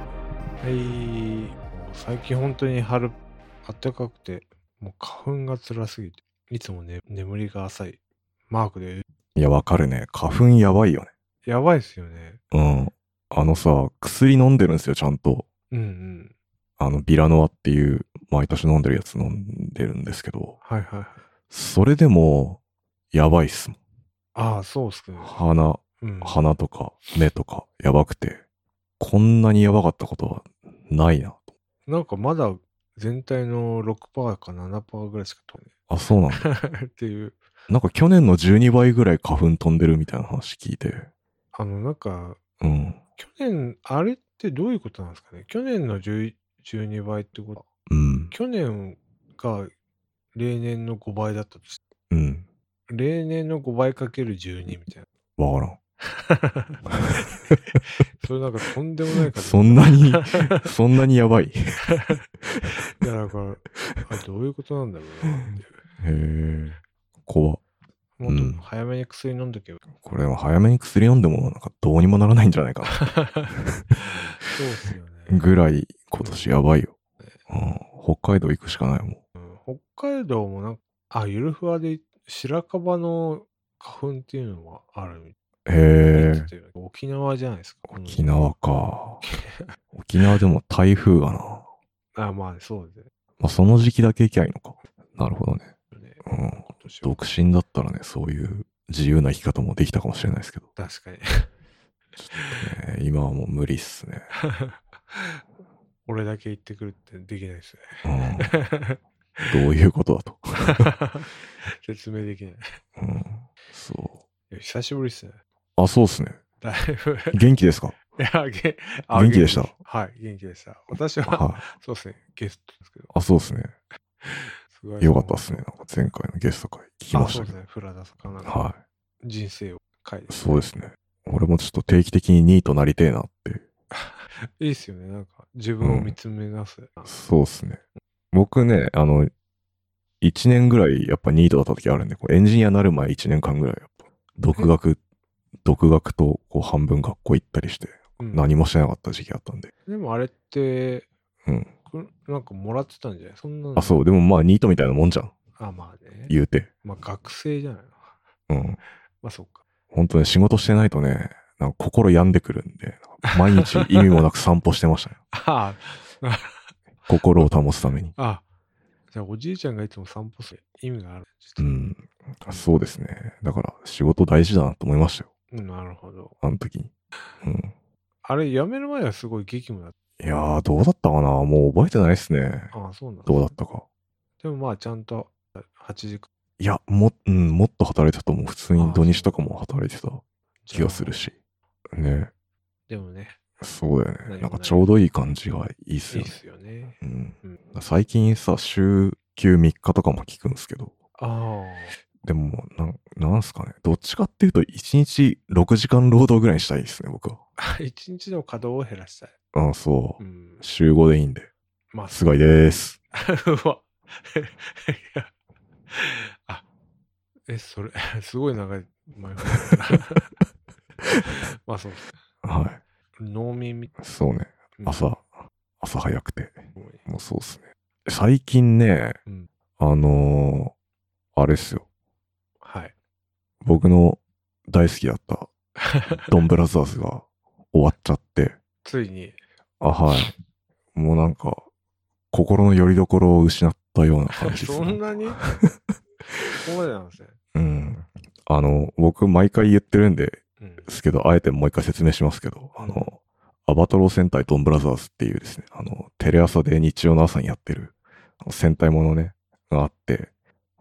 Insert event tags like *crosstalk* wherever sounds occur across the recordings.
はい。最近本当に春、暖かくて、もう花粉が辛すぎて、いつもね、眠りが浅い。マークで、いや、わかるね。花粉やばいよね。やばいっすよね。うん。あのさ、薬飲んでるんですよ、ちゃんと。うんうん。あの、ビラノアっていう、毎年飲んでるやつ飲んでるんですけど、はいはいはい。それでも、やばいっすもん。ああ、そうっすね。鼻、うん。鼻とか目とか、やばくて、こんなにやばかったことはないな。なんかまだ全体の6%か7%ぐらい *laughs* しか飛あ、そうなんだ。んないっていう。なんか去年の12倍ぐらい花粉飛んでるみたいな話聞いて、あの、なんか、うん。去年、あれってどういうことなんですかね。去年の11 12倍ってこと、うん。去年が例年の5倍だったとしてうん。例年の5倍かける12みたいわからん。な。それなんかとんでもない数。 *laughs* そん *laughs* なに、そんなにやばい。へいや、だから、あどういうことなんだろうなっていう。え。怖っもっと *laughs* うん早めに薬飲んどけば。これは早めに薬飲んでもなんかどうにもならないんじゃないかそうっすよな。ね。ぐらい今年やばいよ。うん、北海道行くしかないもん。北海道もなんか、あ、ゆるふわで白樺の花粉っていうのはあるみへえた。いな。沖縄じゃないですか。沖縄か。沖縄でも台風がな。この。あ、まあそうですまあ、その時期だけ行きゃいいのか。なるほどね。ね。うん。今年は独身だったらね、そういう自由な生き方もできたかもしれないですけど。確かに。 *laughs* ね今はもう無理っすね。俺だけ行ってくるってできないですね。うん。どういうことだと。 *laughs* 説明できない。いうん。そや久しぶりっすね。う。あ、そうっすね。だいぶ。 *laughs* 元気 *laughs* ですかいや、げあ元気でした元気はい、元気でした。私は、はい。そうですね、ゲストですけど。あ、そうっすね。すごいよかったですね。なんか前回のゲスト会聞きあましそうでたけすど。ね、フラダさんかなんかは人生を書いてい。。そうですね。俺もちょっと定期的に2位となりてえなって。いいっすよね、なんか、自分を見つめ出す。あそうですね。僕ね、あの、1年ぐらいやっぱ2位とだった時あるんで、こうエンジニアになる前1年間ぐらいやっぱ、独学、独学とこう半分学校行ったりして、うん何もしてなかった時期あったんで。でもあれって、うん。くなんかもらってたんじゃないそんなのあ、そう。でもまあニートみたいなもんじゃん。あ、まあね。言うて。まあ学生じゃないの。うん。まあそっか。 *laughs* 本当に仕事してないとね、なんか心病んでくるんで、毎日意味もなく散歩してま *laughs* したね。あ心を保つために。あ、あじゃあおじいちゃんがいつも散歩する意味がある。ちうょっん。そうですね。だから仕事大事だなと思いましたよ。とうんなるほど。あの時に。うん。あれ、辞める前はすごい激務だっいやー、どうだったかなもう覚えてないですね。た。ああ、そうなんだどうだったか。でもまあちゃんと8時間いや、も、うん、もっと働いてたと思う。普通に土日とかも働いてた気がするし。ね。でもね、そうだよなね。いなんかちょうどいい感じがいいっすいいっよね。すよね。うんうん。最近さ、週休3日とかも聞くんですけど。あ *laughs* でも、なん、なんすかね。どっちかっていうと、1日6時間労働ぐらいにしたいですね、僕は。あ、一日の稼働を減らしたい。あそうう。ん。週5でいいんで。まあ、すごいです。うわ。 *laughs* いやあ、え、それ、 *laughs* すごい長い前から *laughs* まあそうっす。は農民みたい。そうね。いな。朝、朝早くて。うんもうそうっすね。最近ね、うんあのーあれっすよ。はい。僕の大好き *laughs* だった、ドンブラザーズが終わっちゃって、ついに、あ、はい。もうなんか、心の拠り所を失ったような感じです、 *laughs* そんな *laughs* にここまでなんですね。うん。あの、僕毎回言ってるんで、うん。ですけど、あえてもう一回説明しますけど、あの、アバトロ戦隊ドンブラザーズっていうですね、あの、テレ朝で日曜の朝にやってるあの戦隊ものね、があって、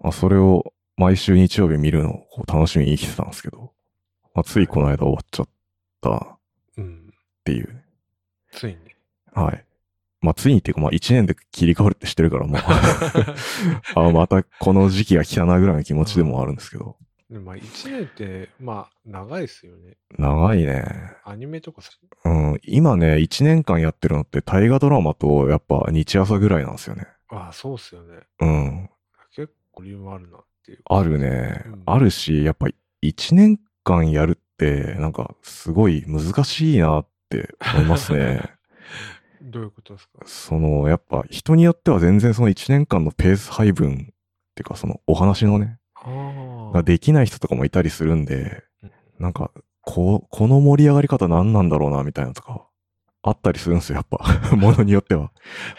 まあ、それを毎週日曜日見るのをこう楽しみに生きてたんですけど、まあ、ついこの間終わっちゃったっうん。ていうね。つ *laughs* いに。はい。まあ、ついにっていうか、まあ、1年で切り替わるって知ってるから、もうあ、またこの時期が来たなぐらいの気持ちでもあるんですけど、でもまあ、1年って、まあ、長いですよね。長いね。アニメとかさ、うん、今ね、1年間やってるのって大河ドラマとやっぱ日朝ぐらいなんですよね。ああ、そうっすよね。うん。結構理由もあるなっていう。あるね。うんあるし、やっぱ1年間 *laughs* やるってなんかすごい難しいなって思いますね。どういうことですかその、やっぱ人によっては全然その1年間のペース配分っていうかそのお話のね、ああが。できない人とかもいたりするんでうん、なんか、こう、この盛り上がり方何なんだろうな、みたいなのとか、あったりするんですよ、や *laughs* っぱ。ものによっては。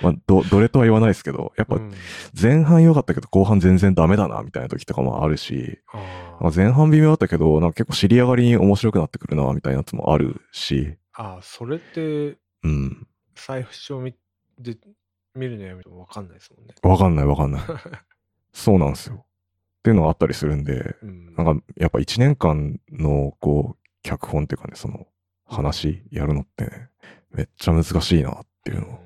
まあ、ど、どれとは言わないですけど、やっうぱん、前半良かったけど後半全然ダメだな、みたいな時とかもあるし、あなんか前半微妙だったけど、なんか結構知り上がりに面白くなってくるな、みたいなやつもあるし、ああ、それって、うん。財布帳見で見るのやめても分かんないですもんね。わかんないわ *laughs* かんない。そうなんですよ。っていうのがあったりするんで、うんなんかやっぱ1年間のこう脚本っていうかねその話やるのってねめっちゃ難しいなっていうのを、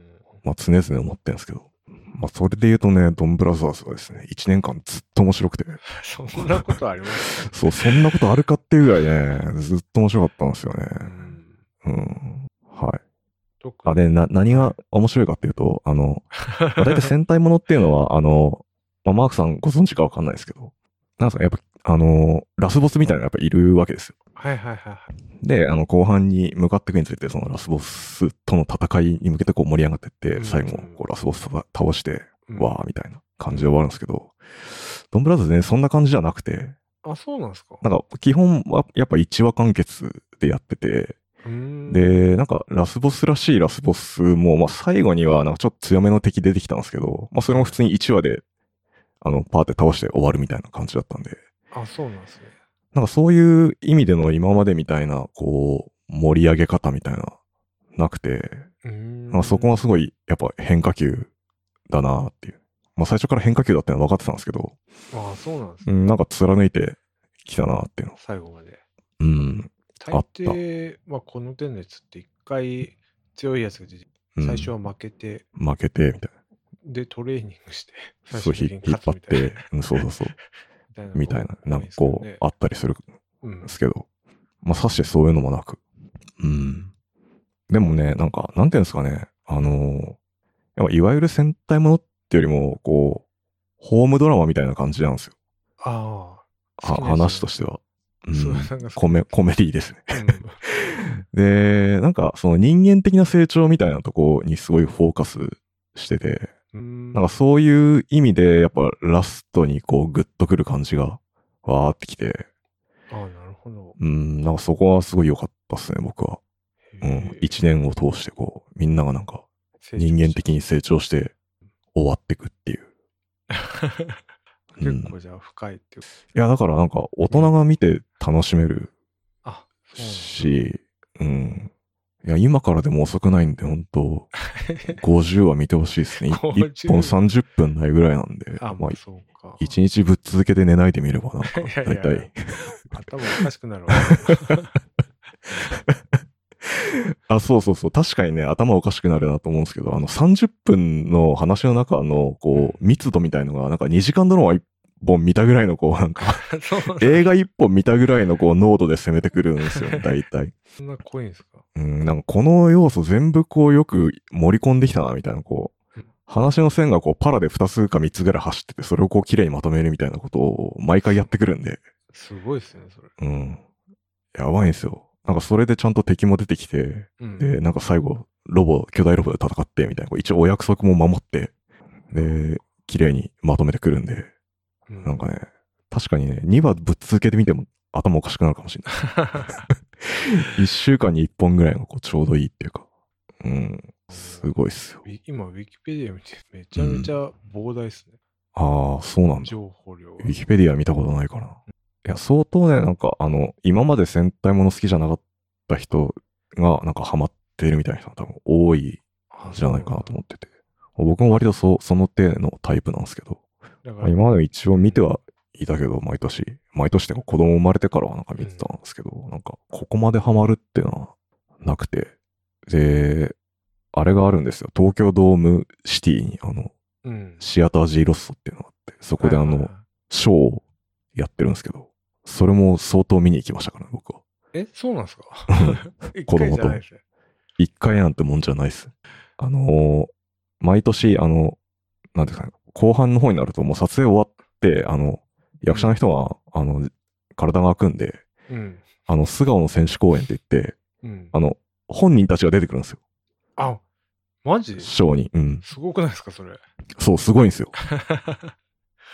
まあ、常々思ってるんですけど、まあ、それで言うとねドンブラザーズはですね1年間ずっと面白くてうんそんなことあり *laughs* ますそうそんなことあるかっていうぐらいねずっと面白かったんですよねか、うん、うんはい特にあでな何が面白いかっていうとあのまあ、大体戦隊ものっていうのは、あの、まあ、マークさんご存知かわかんないですけど、なんですか、やっぱ、あの、ラスボスみたいなのがやっぱいるわけですよ。はいはいはいはい。で、あの、後半に向かっていくについて、そのラスボスとの戦いに向けてこう盛り上がっていっうんて、最後、こうラスボス倒倒して、うんわーみたいな感じで終わるんですけど、ドンブラザーズね、そんな感じじゃなくて、あ、そうなんですか。なんか、基本はやっぱ1話完結でやってて、うーん、で、なんか、ラスボスらしいラスボスも、まあ、最後には、なんかちょっと強めの敵出てきたんですけど、まあ、それも普通に1話で、あの、パーって倒して終わるみたいな感じだったんで、あ、そうなんですね。なんかそういう意味での今までみたいな、こう、盛り上げ方みたいな、なくて、うーんまあ、そこがすごい、やっぱ変化球だなっていう。まあ、最初から変化球だってのは分かってたんですけど、ああ、そうなんですうね。ん、なんか貫いてきたなっていうの。最後まで。うん。大抵、まあ、この手のやつって一回強いやつが出て、うん最初は負けて、負けて、みたいで、トレーニングして、な。最そう、終ひ的引にっ勝つ張っみたいなて、うん、そうそうそう。*laughs* みたいな、なんかこう、ああ、ったりするんうんで。すけど、まあ、さしてそういうのもなく。うん。でもね、なんか、なんていうんですかね、あのーやっぱいわゆる戦隊ものってよりも、こう、ホームドラマみたいな感じなんですよ。ああ。は話とししては。うそう、なんん。かそコメ、コメディですね。 *laughs* う、うんで、なんか、その人間的な成長みたいなとこにすごいフォーカスしてて、うーんなんかそういう意味で、やっぱラストにこう、グッとくる感じが、わーってきて、ああ、なるほど。うん、なんかそこはすごい良かったですね、僕は。うへんえ、一年を通してこう、みんながなんか成長人間的に成長して終わってくっていう。した。う結ん、構じゃあ深いっていう。いや、だからなんか大人が見て楽しめるあ、そうなんだし、うん。いや、今からでも遅くないんで、本 *laughs* 当50は見てほしいですね。い50 1本30分ないぐらいなんで、あ、ままああ、、そうか。 1日ぶっ続けて寝ないで見ればなんか、いやいや大体。頭おかしくなるわ。 *laughs* あ、そうそうそう。確かにね、頭おかしくなるなと思うんですけど、あの、30分の話の中の、こう、密度みたいのが、なんか2時間ドラマ1本見たぐらいの、こう、なんか、 *laughs* そうなんだ映画1本見たぐらいの、こう、濃度で攻めてくるんですよ、大体。そんな濃いんですかうん、なんかこの要素全部こう、よく盛り込んできたな、みたいな、こううん、話の線がこう、パラで2つか3つぐらい走ってて、それをこう、綺麗にまとめるみたいなことを、毎回やってくるんで、すごいですね、それ。うん。やばいんですよ。なんかそれでちゃんと敵も出てきて、うん。で、なんか最後、ロボ、巨大ロボで戦って、みたいな、こう一応お約束も守って、で、綺麗にまとめてくるんで、うんなんかね、確かにね、2話ぶっ続けてみても頭おかしくなるかもしれない。1週間に1本ぐらいがこうちょうどいいっていうか、うん、すごいっすよ。ウィ今、ウィキペディア見て、めちゃめちゃ膨大ですね。ああ、そうなんだ。情報量がウィキペディア見たことないかな。いや、相当ね、なんかあの、今まで戦隊もの好きじゃなかった人が、なんかハマってるみたいな人が多分多いあじゃないかなと思ってて。僕も割とそその手のタイプなんですけど、そうなんだだかまあら、今まで一応見てはいたけど、毎年、毎年でも子供生まれてからはなんか見てたんですけど、なんかここまでハマるっていうのはなくて、で、あれがあるんですよ。東京ドームシティにあの、うん。シアタージーロッソっていうのがあって、そこであはいはいのは、ショーをやってるんですけど、それも相当見に行きましたから、*laughs* 僕は。いえ、そうなんですか *laughs* 一子回供とじゃないですね。一回なんてもんじゃないっす。あのー毎年、あの、なんていうんですかね、後半の方になるともう撮影終わって、あの、役者の人が、あの、体が空くんで、うん。あの、素顔の選手公演って言って、うん。あの、本人たちが出てくるんですよ。あ、マジショーに。うん。すごくないですか、 *laughs* それ。そう、すごいんですよ。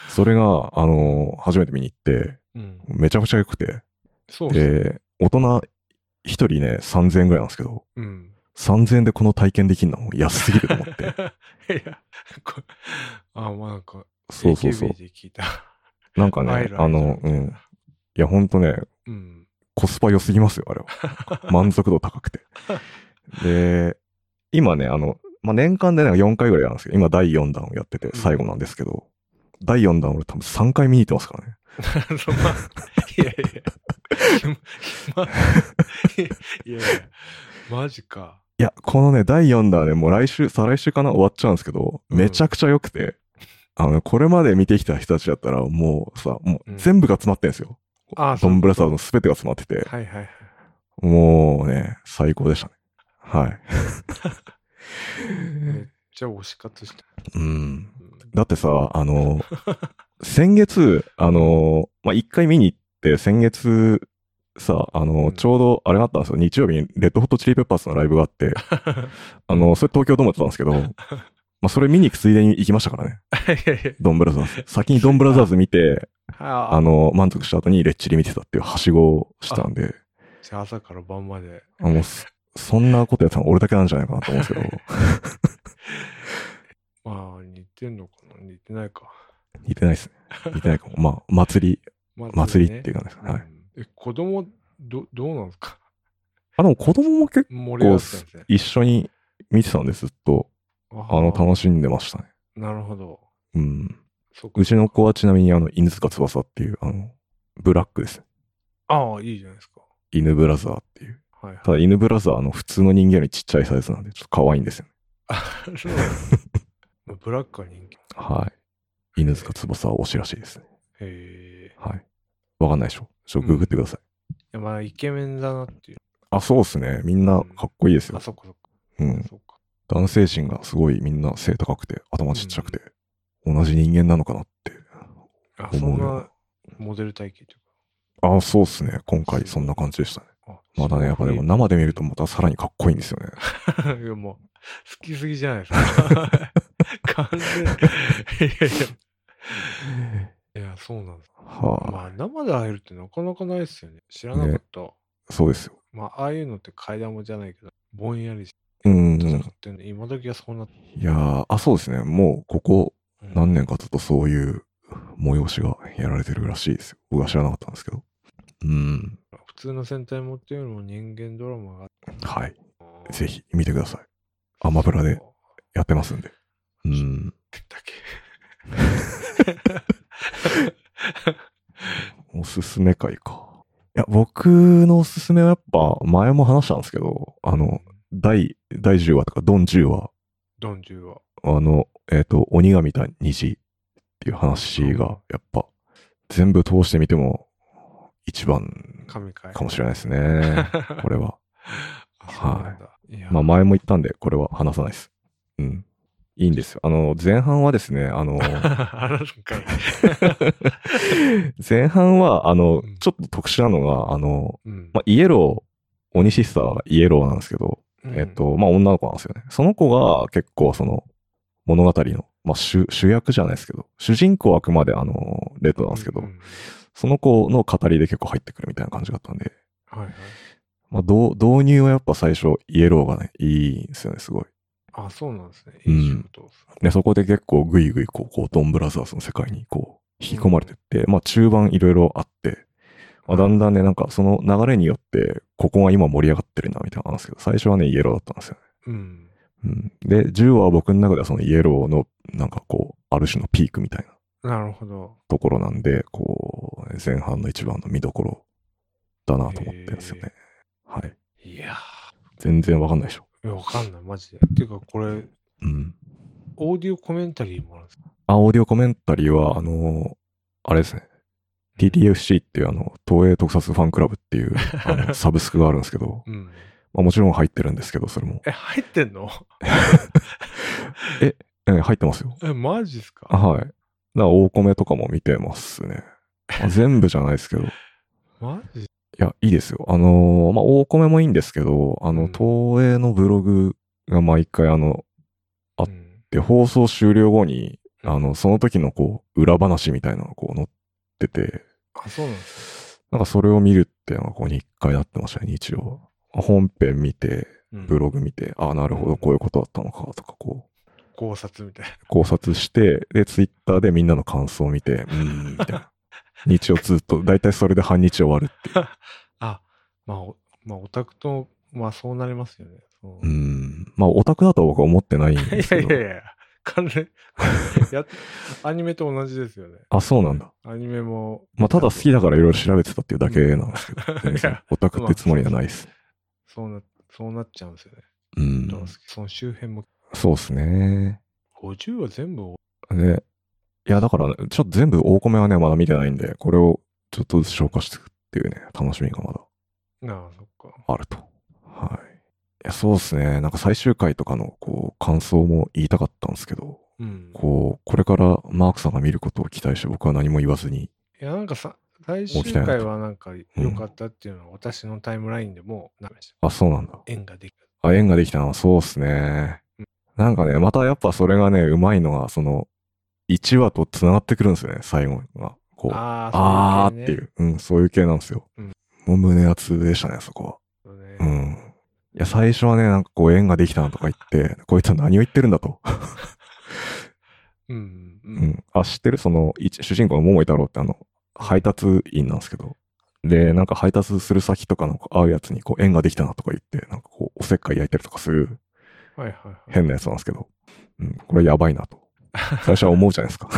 それが、あのー初めて見に行って、うん。めちゃくちゃ良くて、そうですね。で、大人一人ね、3000円ぐらいなんですけど、うん。 3000円でこの体験できるのも安すぎると思って。 *laughs* いや、こあ、まあなんか、そうそうそう AKB。で聞いた。なんかアイね、ラあの、みうたいん。ないや、ほんとね、うん。コスパ良すぎますよ、あれは。 *laughs* 満足度高くて。で、今ね、あの、まあ、年間でなんか4回ぐらいやるんですけど、今第4弾をやっててうん最後なんですけど、第4弾俺多分3回見に行ってますからね。そんな、いやいや、ひまいやいや、マジか。いや、このね、第4弾はね、もう来週、再来週かな終わっちゃうんですけど、うんめちゃくちゃ良くて、あのね、これまで見てきた人たちだったら、もうさ、もううん全部が詰まってんですよ。ああ、ドうンブラザーズの全てが詰まってて、はいはいはい。もうね、最高でしたね。はい。じゃあ、推し活して。うん。うんだってさ、あの、先月、あの、まあ、一回見に行って、先月、さ、あうの、んちょうどあれがあったんですよ。日曜日にレッドホットチリペッパーズのライブがあって、あ *laughs* の、それ東京ドームだったんですけど、まあ、それ見に行くついでに行きましたからね。いやいや、ドンブラザーズ。 *laughs* 先にドンブラザーズ見て、あああ、の、満足した後にレッチリ見てたっていうはしごをしたんで、じゃあ朝から晩まで。あもうそ、そんなことやったの俺だけなんじゃないかなと思うんですけど、 *laughs* まあ、似てんのかな似てないか。似てないですね。似てないかも。まあ、祭り、祭りっていうう感じですね。はい。んえ、子供、ど、どうなんですかあ、でも子供も結盛り上が構ってたんですね。一緒に見てたんです、ずっと。あの、あ楽しんでましたね。ーなるほど。うん。そっかうちの子はちなみに、あの、犬塚翼っていう、あの、ブラックですね。ああ、いいじゃないですか。犬ブラザーっていう。はいはい。ただ、犬ブラザーはあの、普通の人間よりちっちゃいサイズなんで、ちょっと可愛いんですよね。あ *laughs* そうなんですねまあブラックは人気。へはい。犬塚翼は推しらしいですね。え。はい。わかんないでしょ。ちょっとググってください。いや、まあ、イケメンだなっていう。あ、そうですね。みんなかっこいいですよあ、。そっかそっか。うん。そっか。男性陣がすごいみんな背高くて、頭ちっちゃくて、同じ人間なのかなって。あ、そ思んうよなモデル体型というあ、そうですね。今回そんな感じでしたね。か。あまだね、やっぱでも生で見るとまたさらにかっこいいんですよね。 *laughs* いや、もう、好きすぎじゃないですか。完全に。いやいや。いや、そうなんです。はあ、まあ、生で会えるってなかなかないですよね。知らなかった。そうですよ。まあ、ああいうのって階段もじゃないけど、ぼんやりしうん。戦っいてんの、今時はそうなって。やーあ、そうですね。もうここうん何年かずっとそういう催しがやられてるらしいですよ。僕は知らなかったんですけど。うん。普通の戦隊もっていうよりも人間ドラマがはい。あのぜひ見てください。アマプラでやってますんで。うん。だっけおすすめ会か。いや、僕のおすすめはやっぱ前も話したんですけど、あの、第、第10話とか、ドン10話、ドンジュは。あの、えっ、と、鬼が見た虹っていう話が、やっぱ、全部通してみても、一番神回。かもしれないです *laughs* ね。これは。あそうなんだいや。まあ、前も言ったんで、これは話さないです。うん。いいんですよ。あの、前半はですね、あ *laughs* の、話すんかい。前半は、あのうん、ちょっと特殊なのが、あの、うんまあ、イエロー、鬼シスターはイエローなんですけど、えっ、と、まあ、女の子なんですよね。その子が結構その物語の、まあ、主主役じゃないですけど、主人公はあくまであの、レッドうなんですけど、ううんその子の語りで結構入ってくるみたいな感じだったんで、はいはい。まあ、導導入はやっぱ最初イエローがね、いいんですよね、すごい。あ、そうなんですね。うんいい仕事をする。で、そこで結構グイグイこう、こう、ドンブラザーズの世界にこう、引き込まれてって、まあ中盤いろいろあって、まあ、だんだんね、なんかその流れによって、ここが今盛り上がってるな、みたいなのなんですけど、最初はね、イエローだったんですよね。うん。うん。で、10は僕の中ではそのイエローの、なんかこう、ある種のピークみたいななるほど。ところなんで、こう、前半の一番の見どころだなと思ってるんですよね。はい。いや全然わかんないでしょ。ーいやわかんない、マジで。っていうか、これ、うん。オーディオコメンタリーもあるんですかあ、オーディオコメンタリーは、あのあれですね。TTFC っていうあの、東映特撮ファンクラブっていう、あの、サブスクがあるんですけど、うん。まあもちろん入ってるんですけど、それも。え、入ってんの *laughs* え、入ってますよ。え、マジっすかあはい。だから、大米とかも見てますね。まあ全部じゃないですけど。マジいや、いいですよ。あのーまあ、大米もいいんですけど、あうの、ん東映のブログが毎回あの、で、放送終了後に、あの、その時のこう、裏話みたいなのがこう載ってて、あ、そうなんですなんかそれを見るっていうのがこう日課になってましたね、日曜。本編見て、ね。ブログ見て、ああ、なるほど、こういうことだったのか、とかこう、考察みたいな。考察して、で、ツイッターでみんなの感想を見 *laughs* て、うーん、みたいな。日曜ずっと、だいたいそれで半日終わる。あ、まあ、おまあ、オタクと、まあ、そうなりますよね。そううーん。まあ、オタクだとは僕は思ってないんでいすやけいど。やいや、関連、やアニメと同じですよね。あ、そうなんだ。アニメも。まあ、ただ好きだからいろいろ調べてたっていうだけなんですけど、全い *laughs* 然やオタクってつもりはないです。そうな、そうなっちゃうんですよね。うだからん。その周辺も、そうですね。 50は全部、で、いや、だから、ね、ちょっと全部大米はね、まだ見てないんで、これをちょっとずつ消化していくっていうね、楽しみがまだなあ、そっか。あると。はい。いや、そうですね。なんか最終回とかの、こう、感想も言いたかったんですけど、うん。こう、これからマークさんが見ることを期待して僕は何も言わずに、いや、なんかさ、最終回はなんか良かったっていうのは、私のタイムラインでもう、なんでした。あ、そうなんだ。縁ができる。あ、縁ができたのはそうっすね。なんかね、またやっぱそれがね、うまいのが、その、1話と繋がってくるんですよね、最後が。こう、あああ、あそーいってい系ねう、うん、そういう系なんですよ。うんもう胸熱でしたね、そこは。そうね。うん。いや、最初はね、なんかこう、縁ができたとか言って、こいつは何を言ってるんだと。うん。う。うんん。あ、知ってるその、一主人公の桃井太郎ってあの、配達員なんですけど。で、なんか配達する先とかの会うやつに、こう、縁ができたなとか言って、なんかこう、おせっかい焼いたりとかするはいはいはい。 *laughs* 変なやつなんですけど、うん、これやばいなと。最初は思うじゃないです *laughs* か。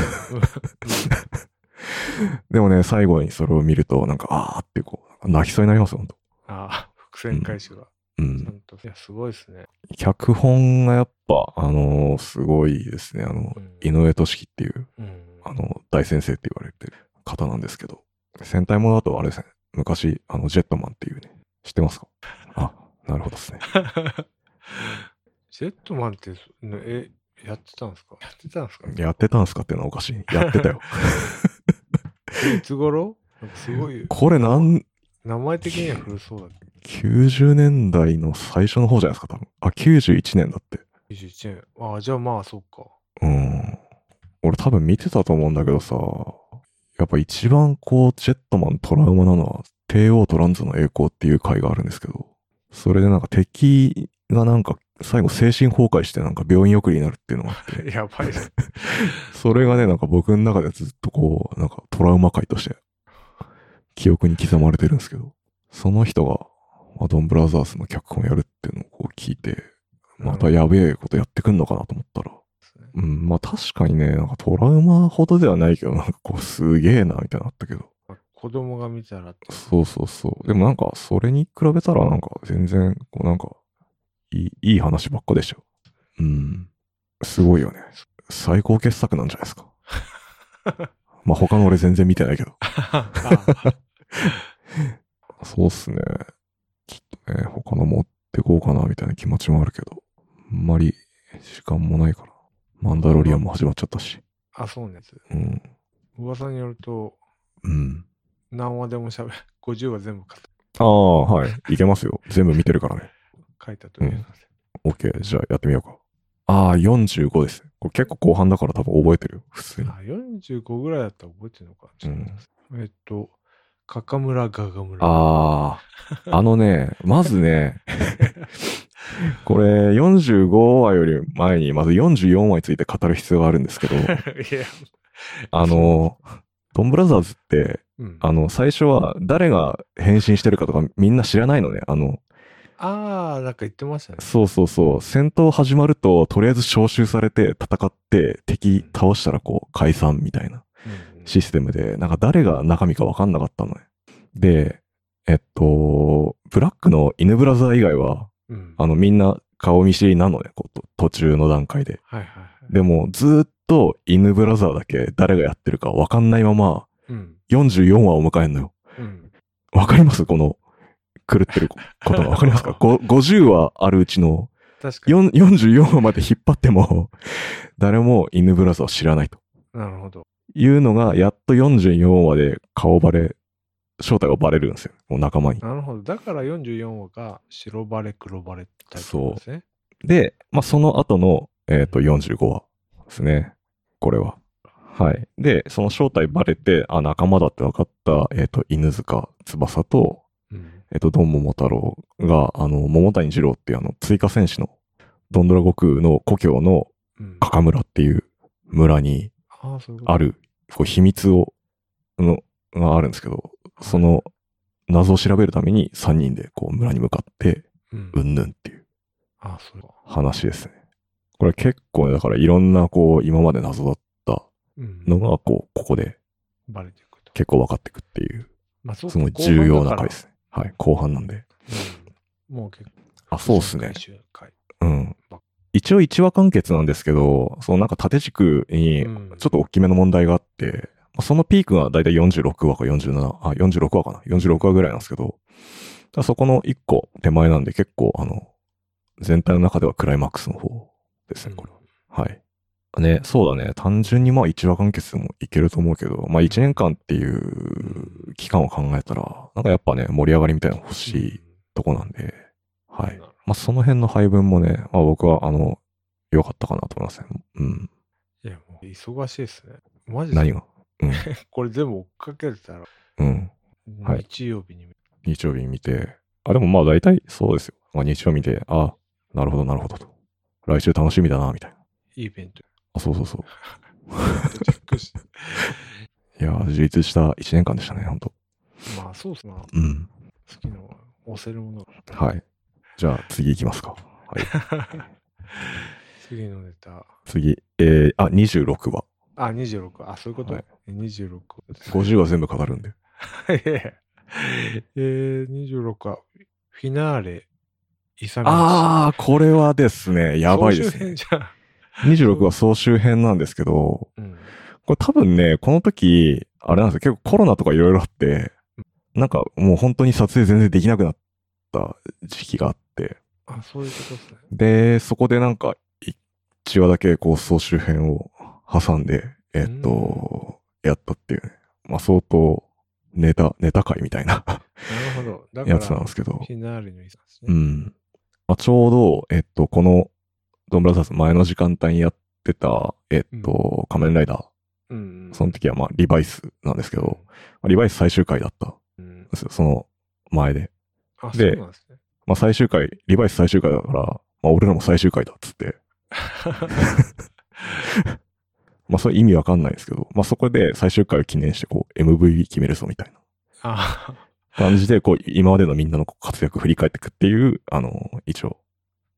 でもね、最後にそれを見ると、なんか、あーってこう、泣きそうになりますよ、ほんと。ああ、伏線回収が。うちゃん。んと。いや、すごいですね。脚本がやっぱ、あのーすごいですね。あのう、ん井上俊樹っていう、うん。 *laughs* あの、大先生って言われてる方なんですけど、戦隊ものだとあれですね、昔、あの、ジェットマンっていうね、知ってますかあ、なるほどですね。ジェットマンって、ねえ、やってたんですかやってたんですかやってたんすかっていうのはおかしい。やってたよ。いつ頃なんか *laughs* すごい、これなん、名前的には古そうだけ90年代の最初の方じゃないですか、多分。あ、91年だって。ど。21年。ああ、じゃあまあ、そっ *laughs* か。うん。俺多分見てたと思うんだけどさ、やっぱ一番こう、ジェットマントラウマなのは、帝王トランズの栄光っていう回があるんですけど、それでなんか敵がなんか、最後精神崩壊してなんか病院送りになるっていうのがあ *laughs* って、やばいです。それがね、なんか僕の中でずっとこう、なんかトラウマ回として、記憶に刻まれてるんですけど、その人が、まあドンブラザーズの脚本やるっていうのをこう聞いて、またやべえことやってくんのかなと思ったら、うん、まあ確かにね、なんかトラウマほどではないけど、なんかこうすげえな、みたいなのあったけど。子供が見たら *laughs* って。そうそうそう。でもなんかそれに比べたらなんか全然、こうなんか、いい、いい話ばっかでしたよ。うん。すごいよね。最高傑作なんじゃないですか。まあ他の俺全然見てないけど。あそうっすね。ちょっとね、他の持ってこうかな、みたいな気持ちもあるけど。あんまり時間もないから。マンダロリアンも始まっちゃったし。あ、そうね。うん。噂によると、うん。何話でも喋る。50話全部書いああ、はい。いけますよ。全部見てるからね。書いたというか OK。じゃあやってみようか。ああ、45です。これ結構後半だから多分覚えてるよ。普通に。あ、45ぐらいだったら覚えてるのか。ちうょっと待っんて、えっと、カカムラガガムラ。ああ、あのね、まずね、これ45話より前に、まず44話について語る必要があるんですけど、 *laughs* いや、あの、トンブラザーズって、うん、あの、最初は誰が変身してるかとかみんな知らないのね。あの、ああ、なんか言ってましたね。そうそうそう。戦闘始まると、とりあえず招集されて、戦って、敵倒したらこう、解散みたいなうんうんシステムで、なんか誰が中身かわかんなかったのね。で、えっと、ブラックの犬ブラザー以外は、うんあの、みんな顔見知りなのね、こう、と途中の段階で。はいはいはい。でも、ずーっと犬ブラザーだけ誰がやってるかわかんないまま、うん。 44話を迎えるのよ。うん。わかりますこの、狂ってることがわかりますかご ?50 話あるうちの、確かに。よん44話まで引っ張っても、 *laughs* 誰も犬ブラザーを知らないとなるほど。いうのが、やっと44話で顔バレ、正体がバレるんですよ。もう仲間に。なるほど。だから44話が白バレ黒バレってタイプなんですね。で、まあ、その後の、ええっ、と、45話ですね。これは。はい。で、その正体バレて、あ、仲間だって分かった、えっ、と、犬塚翼と、うん。えっ、と、ドン桃太郎が、あの、桃谷二郎っていうあの、追加戦士の、ドンドラ悟空の故郷のうん、あカカ村っていう村にあ、そういうこと。ある、こう、秘密を、の、があるんですけど、その、謎を調べるために3人で、こう、村に向かって、うん。うんぬんっていう。ああ、それは。話ですね。これ結構ね、だからいろんなこう、今まで謎だったうん。のが、こう、ここでバレていくと。結構分かってくっていう、まあ、そうすごい重要な回回で。すね。はい、後半なんで。うんもう結構。あ、そうですね最。終回。うん。一応1話完結なんですけど、そのなんか縦軸にうんちょっと大きめの問題があって、そのピークがだいたい46話か47、あ、46話かな ?46 話ぐらいなんですけど、ただそこの1個手前なんで結構あの、全体の中ではクライマックスの方ですね、これははい。ね、そうだね。単純にまあ1話完結でもいけると思うけど、まあ1年間っていう期間を考えたら、なんかやっぱね、盛り上がりみたいなの欲しいとこなんで、はないるほ。どまあその辺の配分もね、まあ僕はあの、良かったかなと思いますね。うん。いや、もう忙しいですね。マジで何がこれ全部追っかけてたら、うん。はい日曜日に見日曜日に見て、あ、でもまあ大体そうですよ。まあ日曜日見て、あ、なるほどなるほどと。来週楽しみだな、みたいな。いいイベント。あ、そうそうそう。チェックしていやー、自立した1年間でしたね、ほんと。まあ、そうっすな。好うん。きなのは押せるものが。はい。じゃあ次行きますか。はい。次のネタ。次、えー、あ、26話。あ、26。あ、そういうこと。はい26ですね。 50話全部語るんで。 *laughs* いやいやえー、26は、フィナーレ、イサミあー、これはですね、やば *laughs* いですね。じゃん26話総集編なんですけど、うん。 *laughs* これ多分ね、この時、あれなんですよ、結構コロナとかいろいろあって、なんかもう本当に撮影全然できなくなった時期があって、あ、そういうことですね。で、そこでなんか、1話だけこう総集編を挟んで、えっと、やったっていうね。まあ相当、ネタ、ネタ会みたいななるほど。だから、やつなんフですけど。ィナーレのイサミですうね。ん。まあ、ちょうど、えっと、この、ドンブラザーズ前の時間帯にやってた、えっと、仮面ライダうん。うんー。その時は、まあ、リバイスなんですけど、まあリバイス最終回だったんうん。ですよ、その前で。あ、そうでなんですね。まあ、最終回、リバイス最終回だから、まあ、俺らも最終回だっつ *laughs* って、まあ、それ意味わかんないですけど、まあ、そこで最終回を記念して、こう、MVP 決めるぞみたいなあ *laughs* 感じで、こう、今までのみんなのこう活躍振り返っていくっていう、あの、一応、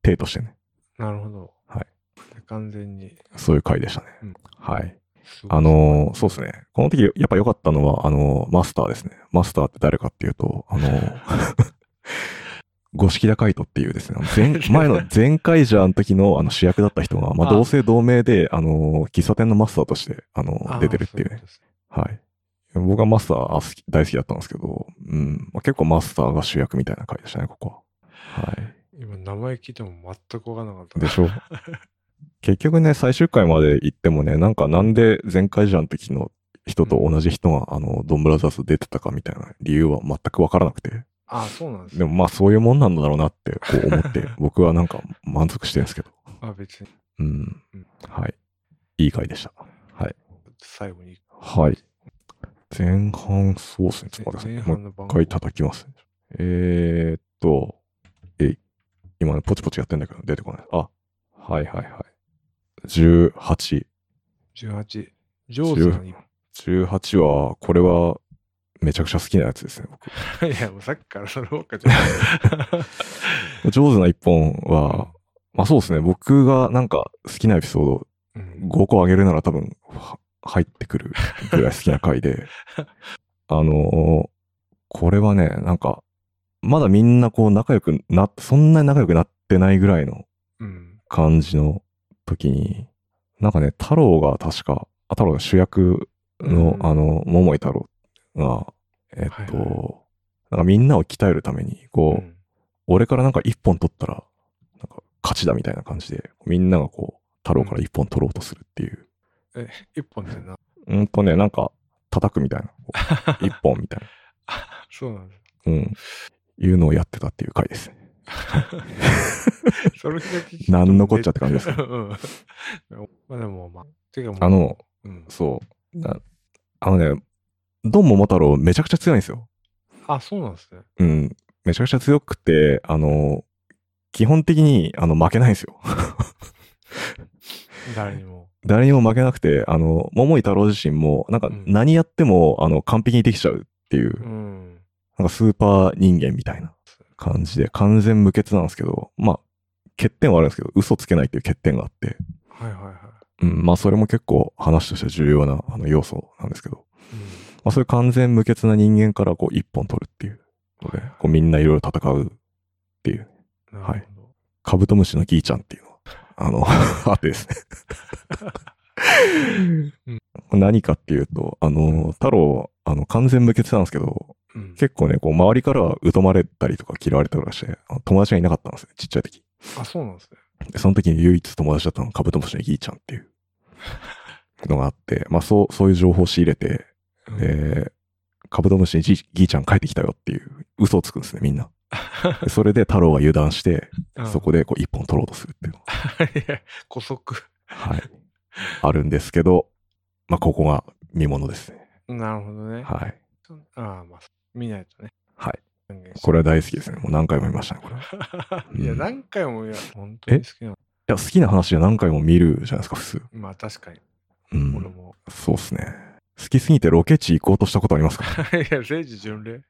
体としてね、なるほど。はいで。完全に。そういう回でしたね。うんはい。すごいあのーそうですね。この時、やっぱ良かったのは、あのーマスターですね。マスターって誰かっていうと、あの *laughs* ー五色田海斗っていうですね、前、 *laughs* 前の前回じゃん時のあの主役だった人が、まあ、あ同姓同名で、あのー喫茶店のマスターとして、あのーあー出てるっていうね。はい。僕はマスターあ好き大好きだったんですけど、うん、まあ、結構マスターが主役みたいな回でしたね、ここは。はい。そういうことです今、名前聞いても全くわからなかった。でしょ結局ね、最終回まで行ってもね、なんかなんで前回じゃんって昨日人と同じ人が、あの、ドンブラザーズ出てたかみたいな理由は全くわからなくて。あー、そうなんですでね。もまあそういうもんなんだろうなってこう *laughs* 思って、僕はなんか満足してるんですけど。あ、別に。うんうん。はい。いい回でした。はい。最後に。はい。前半、そうですね。ちょっと待ってく前ださい。もう半の番一回叩きます。えー、っと、え、今ね、ポチポチやってんだけど出てこない。あ、はいはいはい。18。 18。ジョーズさんに。い18は、これは、めちゃくちゃ好きなやつですね、や、もうさっきからそればっかじゃない。僕。上手な一本は、まあそうですね、僕がなんか好きなエピソードうん5個あげるなら多分、は入ってくるぐらい好きな回で、 *laughs* あのーこれはね、なんか、まだみんなこう仲良くな、そんなに仲良くなってないぐらいのうん。感じの時に、なんかね、太郎が確か、あ太郎が主役の、うんあの、桃井太郎が、えっと、はいはなんかみんなを鍛えるために、こう、うん俺からなんか一本取ったら、なんか勝ちだみたいな感じで、みんながこう、太郎から一本取ろうとするっていう。一本でな。 *laughs* うんとね、なんか、叩くみたいな。こう一本みたいそうなんです。な。うん。いうのをやってたっていう回ですね。それだけ聞くとなんのこっちゃって感じです。うんまあでも、まあ、てかもうあ、の、うん、そう。なあのね、ドン桃太郎めちゃくちゃ強いんですよ。あ、そうなんですね。うん。めちゃくちゃ強くて、あの、基本的に、あの、負けないんですよ。誰にも。誰にも負けなくて、あの、桃井太郎自身も、なんかうん何やっても、あの、完璧にできちゃうっていう、うん。なんかスーパー人間みたいな感じで、完全無欠なんですけど、まあ、欠点はあるんですけど、嘘つけないっていう欠点があって、はいはいはい。うん、まあ、それも結構話としては重要な、あの、要素なんですけど、うんまあ、それ完全無欠な人間から、こう、一本取るっていうので、こう、みんないろいろ戦うっていう、なるほど。カブトムシのギーちゃんっていうのは、あの、 *laughs* あってですね。何かっていうと、あの、太郎、あの、完全無欠なんですけど、うん、結構ね、こう、周りからは疎まれたりとか嫌われたりとかして、あの友達がいなかったんですね、ちっちゃい時。あ、そうなんですね。でその時に唯一友達だったのがカブトムシのギーちゃんっていうのがあって、まあ、そう、そういう情報を仕入れて、うんで、カブトムシにギーギーちゃん帰ってきたよっていう嘘をつくんですね、みんな。でそれで太郎は油断して、うんそこでこう、一本取ろうとするっていうのが *laughs* いや、古速。はい。あるんですけど、まあ、ここが見ものですね。なるほどね。はい。ああ、まあ、見ないとね。はい。宣言して *laughs* これは大好きですね。もう何回も見ましたね、これ。いいや、うん何回も、いや、本当に好きなの。や、好きな話は何回も見るじゃないですか、普通。まあ、確かに、う俺ん。も。そうっすね。好きすぎてロケ地行こうとしたことありますか *laughs* いや、聖地巡 *laughs* 礼。いや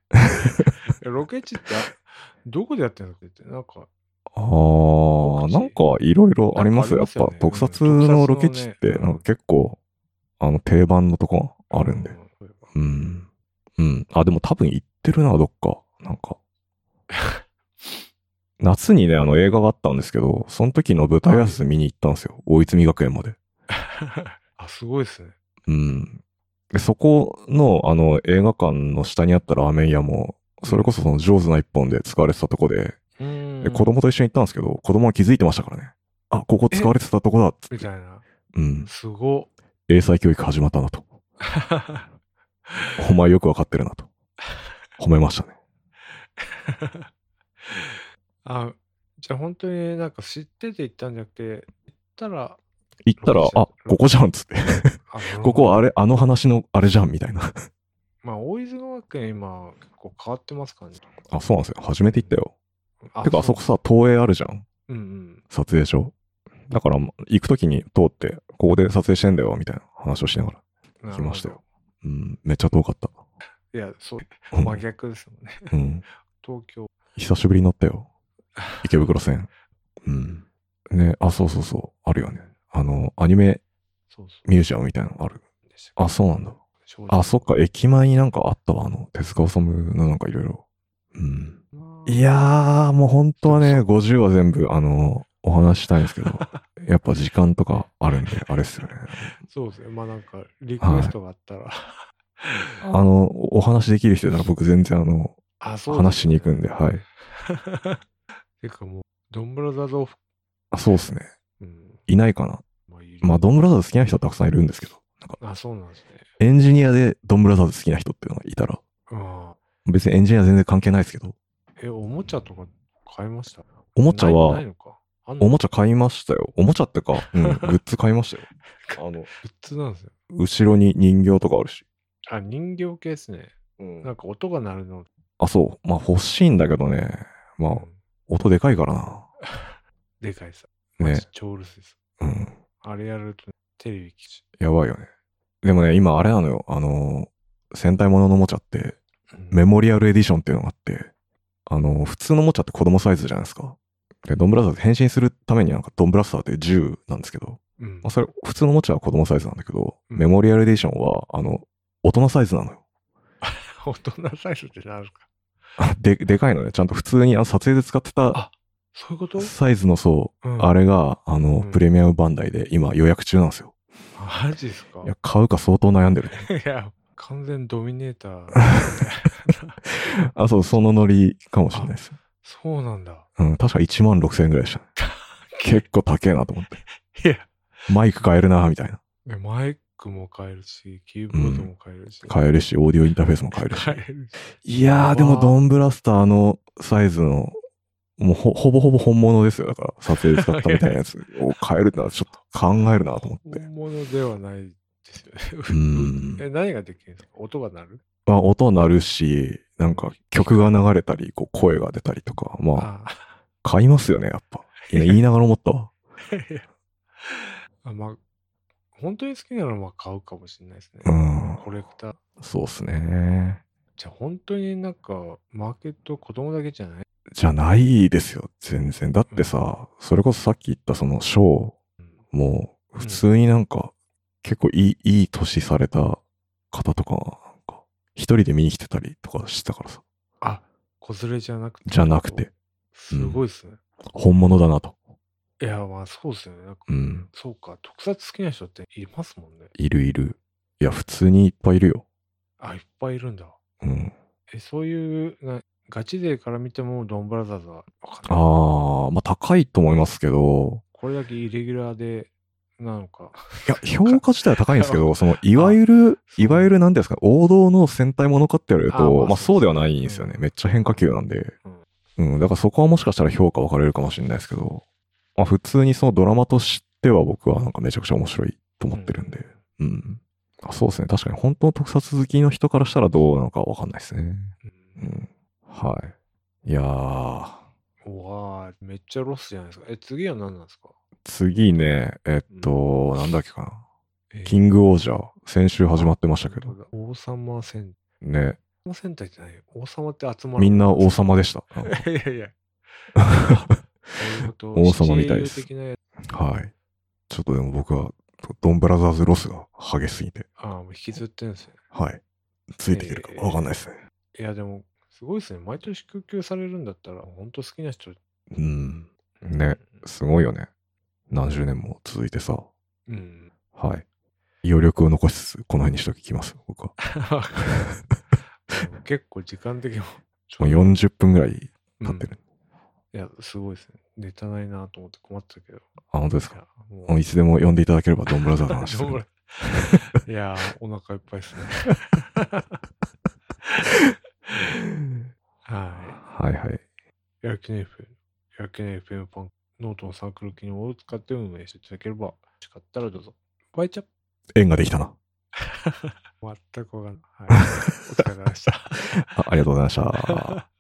ロケ地って、どこでやってんのかって、なんか、あー、なんかいろいろありますよ。なんやかありまっすよねぱ特撮うんのロケ地って、特撮のねなんか結構、あの、定番のとこあるんでう。そういえばうん。うん。あ、でも多分行ってるな、どっか。な *laughs* んか。夏にね、あの映画があったんですけど、その時の舞台挨拶見に行ったんですよ。大泉学園まで。あ、すごいですね。うん。で、そこの、あの、映画館の下にあったラーメン屋も、それこそその上手な一本で使われてたとこで、うんで子供と一緒に行ったんですけど、子供は気づいてましたからね。あ、ここ使われてたとこだっつみって。たいな。うん。す *laughs* ご。英才教育始まったなと。 *laughs* お前よくわかってるなと。褒めましたね。あ、じゃあ本当になんか知ってて行ったんじゃなくて、行ったら、行ったら、あ、ここじゃんっつって。あなるほど *laughs* ここあれ、あの話のあれじゃんみたいな。まあ、大泉学園今、結構変わってますからね。あ、そうなんですよ。初めて行ったよ。あてか、あそこさ、東映あるじゃん。う。うんうん。撮影所。だから、行くときに通って、ここで撮影してんだよ、みたいな話をしながら。なるほ来どましたよ。うん、めっちゃ遠かった。いや、そう、うん真逆ですもんね。うん。東京。久しぶりに乗っ *laughs* たよ。池袋線。うん。ね、あ、そうそうそう。あるよね。あの、アニメそうそう。ミュージアムみたいなのある。でしたあ、そうなんだ。正直あ、そっか、駅前になんかあったわ。あの、手塚治虫のなんかいろいろ。うん。まあいやー、もう本当はね、50は全部、あの、お話ししたいんです *laughs* けど、やっぱ時間とかあるんで、あれっすよね。そうですね。まあなんか、リクエストがあったら。 *laughs* あの、お話できる人いたら僕全然あの、あ、そうで話すしに行くんで、はい。てかもう、ドンブラザーズオフ。あ、そうっすね。うん。いないかな。まあ、いるまあ、ドンブラザーズ好きな人はたくさんいるんですけど、なんか、あ、そうなんですね。エンジニアでドンブラザーズ好きな人っていうのがいたら、あ別にエンジニア全然関係ないですけど、ーえ、おもちゃとか買いましたおおもちゃないはない、のかあんのおもちゃ買いましたよ。おもち *laughs* ゃってか、うん、グッズ買いましたよ。 *laughs* あの、グッズなんですよ。後ろに人形とかあるし。あ、人形系ですね。なんか音が鳴るの。あ、そう。まあ、欲しいんだけどね。まあう、ん音でかいからな。でかいさ。ね。超うるせえさ。うん。あれやると、テレビ消し。やばいよね。でもね、今あれなのよ。あのー、戦隊もののおもちゃって、うんメモリアルエディションっていうのがあって、あのー、普通のおもちゃって子供サイズじゃないですか。で、ドンブラザーズ変身するためになんかドンブラスターっていう銃なんですけど、うんまあ、それ、普通のおもちゃは子供サイズなんだけど、うんメモリアルエディションは、あの、大人サイズなのよ。大人サイズってなるか。あ *laughs* で、でかいのね。ちゃんと普通にあの撮影で使ってたあそういうことサイズの、そう、うんあれが、あの、うんプレミアムバンダイで今予約中なんですよ。マジですかいや、買うか相当悩んでる。 *laughs* いや、完全ドミネーター。 *laughs* あ、そう、そのノリかもしれないです。そうなんだ。うん、確か1万6千円ぐらいでした *laughs* ね。結構高えなと思って。いや、マイク買えるな、みたいな。えマイクも買えるし、キーボードも買えるし。買えるし、オーディオインターフェースも買えるし。買えるし。いやうわー、ーでもドンブラスターのサイズのもうほほぼほぼ本物ですよ。だから、撮影で使ったみたいなやつを変えるのはちょっと考えるなと思って。本物ではないですよね。 *laughs* んえ何ができるんですか音が鳴るまあ、音は鳴るし、なんか曲が流れたり、こう声が出たりとか、まあ、あ買いますよね、やっぱ。いや言いながら思ったわ。あ。まあ、本当に好きなのは買うかもしれないですね。うんコレクター。そうっすね。じゃあ本当になんか、マーケット子供だけじゃないじゃないですよ、全然。だってさ、それこそさっき言ったそのショーうんも、普通になんか、結構いい、いい年された方とかが、なんか、一人で見に来てたりとかしてたからさ、あ、子連れじゃなくて。じゃなくて、すごいですね。本物だなと。いや、まあそうですよね。なんかうん。そうか、特撮好きな人っていますもんね。いるいる。いや、普通にいっぱいいるよ。あ、いっぱいいるんだ。うん。え、そういう、なガチ勢から見ても、ドンブラザーズはわかんない。あー、まあ、高いと思いますけど、これだけイレギュラーで、なの *laughs* か。いや、評価自体は高いんですけ *laughs* ど、その、いわゆる、いわゆる、なんていうんですか、王道の戦隊ものかって言われるあーまと、あまあ、そうではないんですよね。うんめっちゃ変化球なんで。うん、だからそこはもしかしたら評価分かれるかもしれないですけど、まあ、普通にそのドラマとしては僕はなんかめちゃくちゃ面白いと思ってるんで、うん。あそうですね。確かに本当の特撮好きの人からしたらどうなのか分かんないですね。ううんん。はい。いやー、うわーめっちゃロスじゃないですか。え、次は何なんですか次ね、えっと、なんだっけかな。えキングオージャー、先週始まってましたけど、。王様戦ね、王様戦隊じゃないよ。王様って集まる。みんな *laughs* 王。様で *laughs* した。いやいや。王様みたいです七英雄的なやつはい。ちょっとでも僕は、ドンブラザーズロスが激しすぎて、あーもう引きずってるんですね。はい。ついていけるか分かんないですね。いや、でも、すごいですね。毎年救急されるんだったら、本当好きな人。うん。ね。すごいよね。何十年も続いてさ。うん。はい。余力を残しつつ、この辺にしときます、僕は。結構時間的にも。もう40分ぐらい経ってる。る。いや、すごいですね。ネタないなと思って困ってたけど。あ、本当ですいか。やももういつでも呼んでいただければ、 *laughs* ドンブラザーズの話すどうもる。 *laughs* いやー、お腹いっぱい *laughs* ですね。ははいはい。い。野球の FM、野球の FM パン、ノートのサークル機能を使って運営していただければ、しかったらどうぞ。バイチャッ縁ができたな。プ。全くわかんない。はい。お疲れ様でした。 *laughs* あありがとうございました。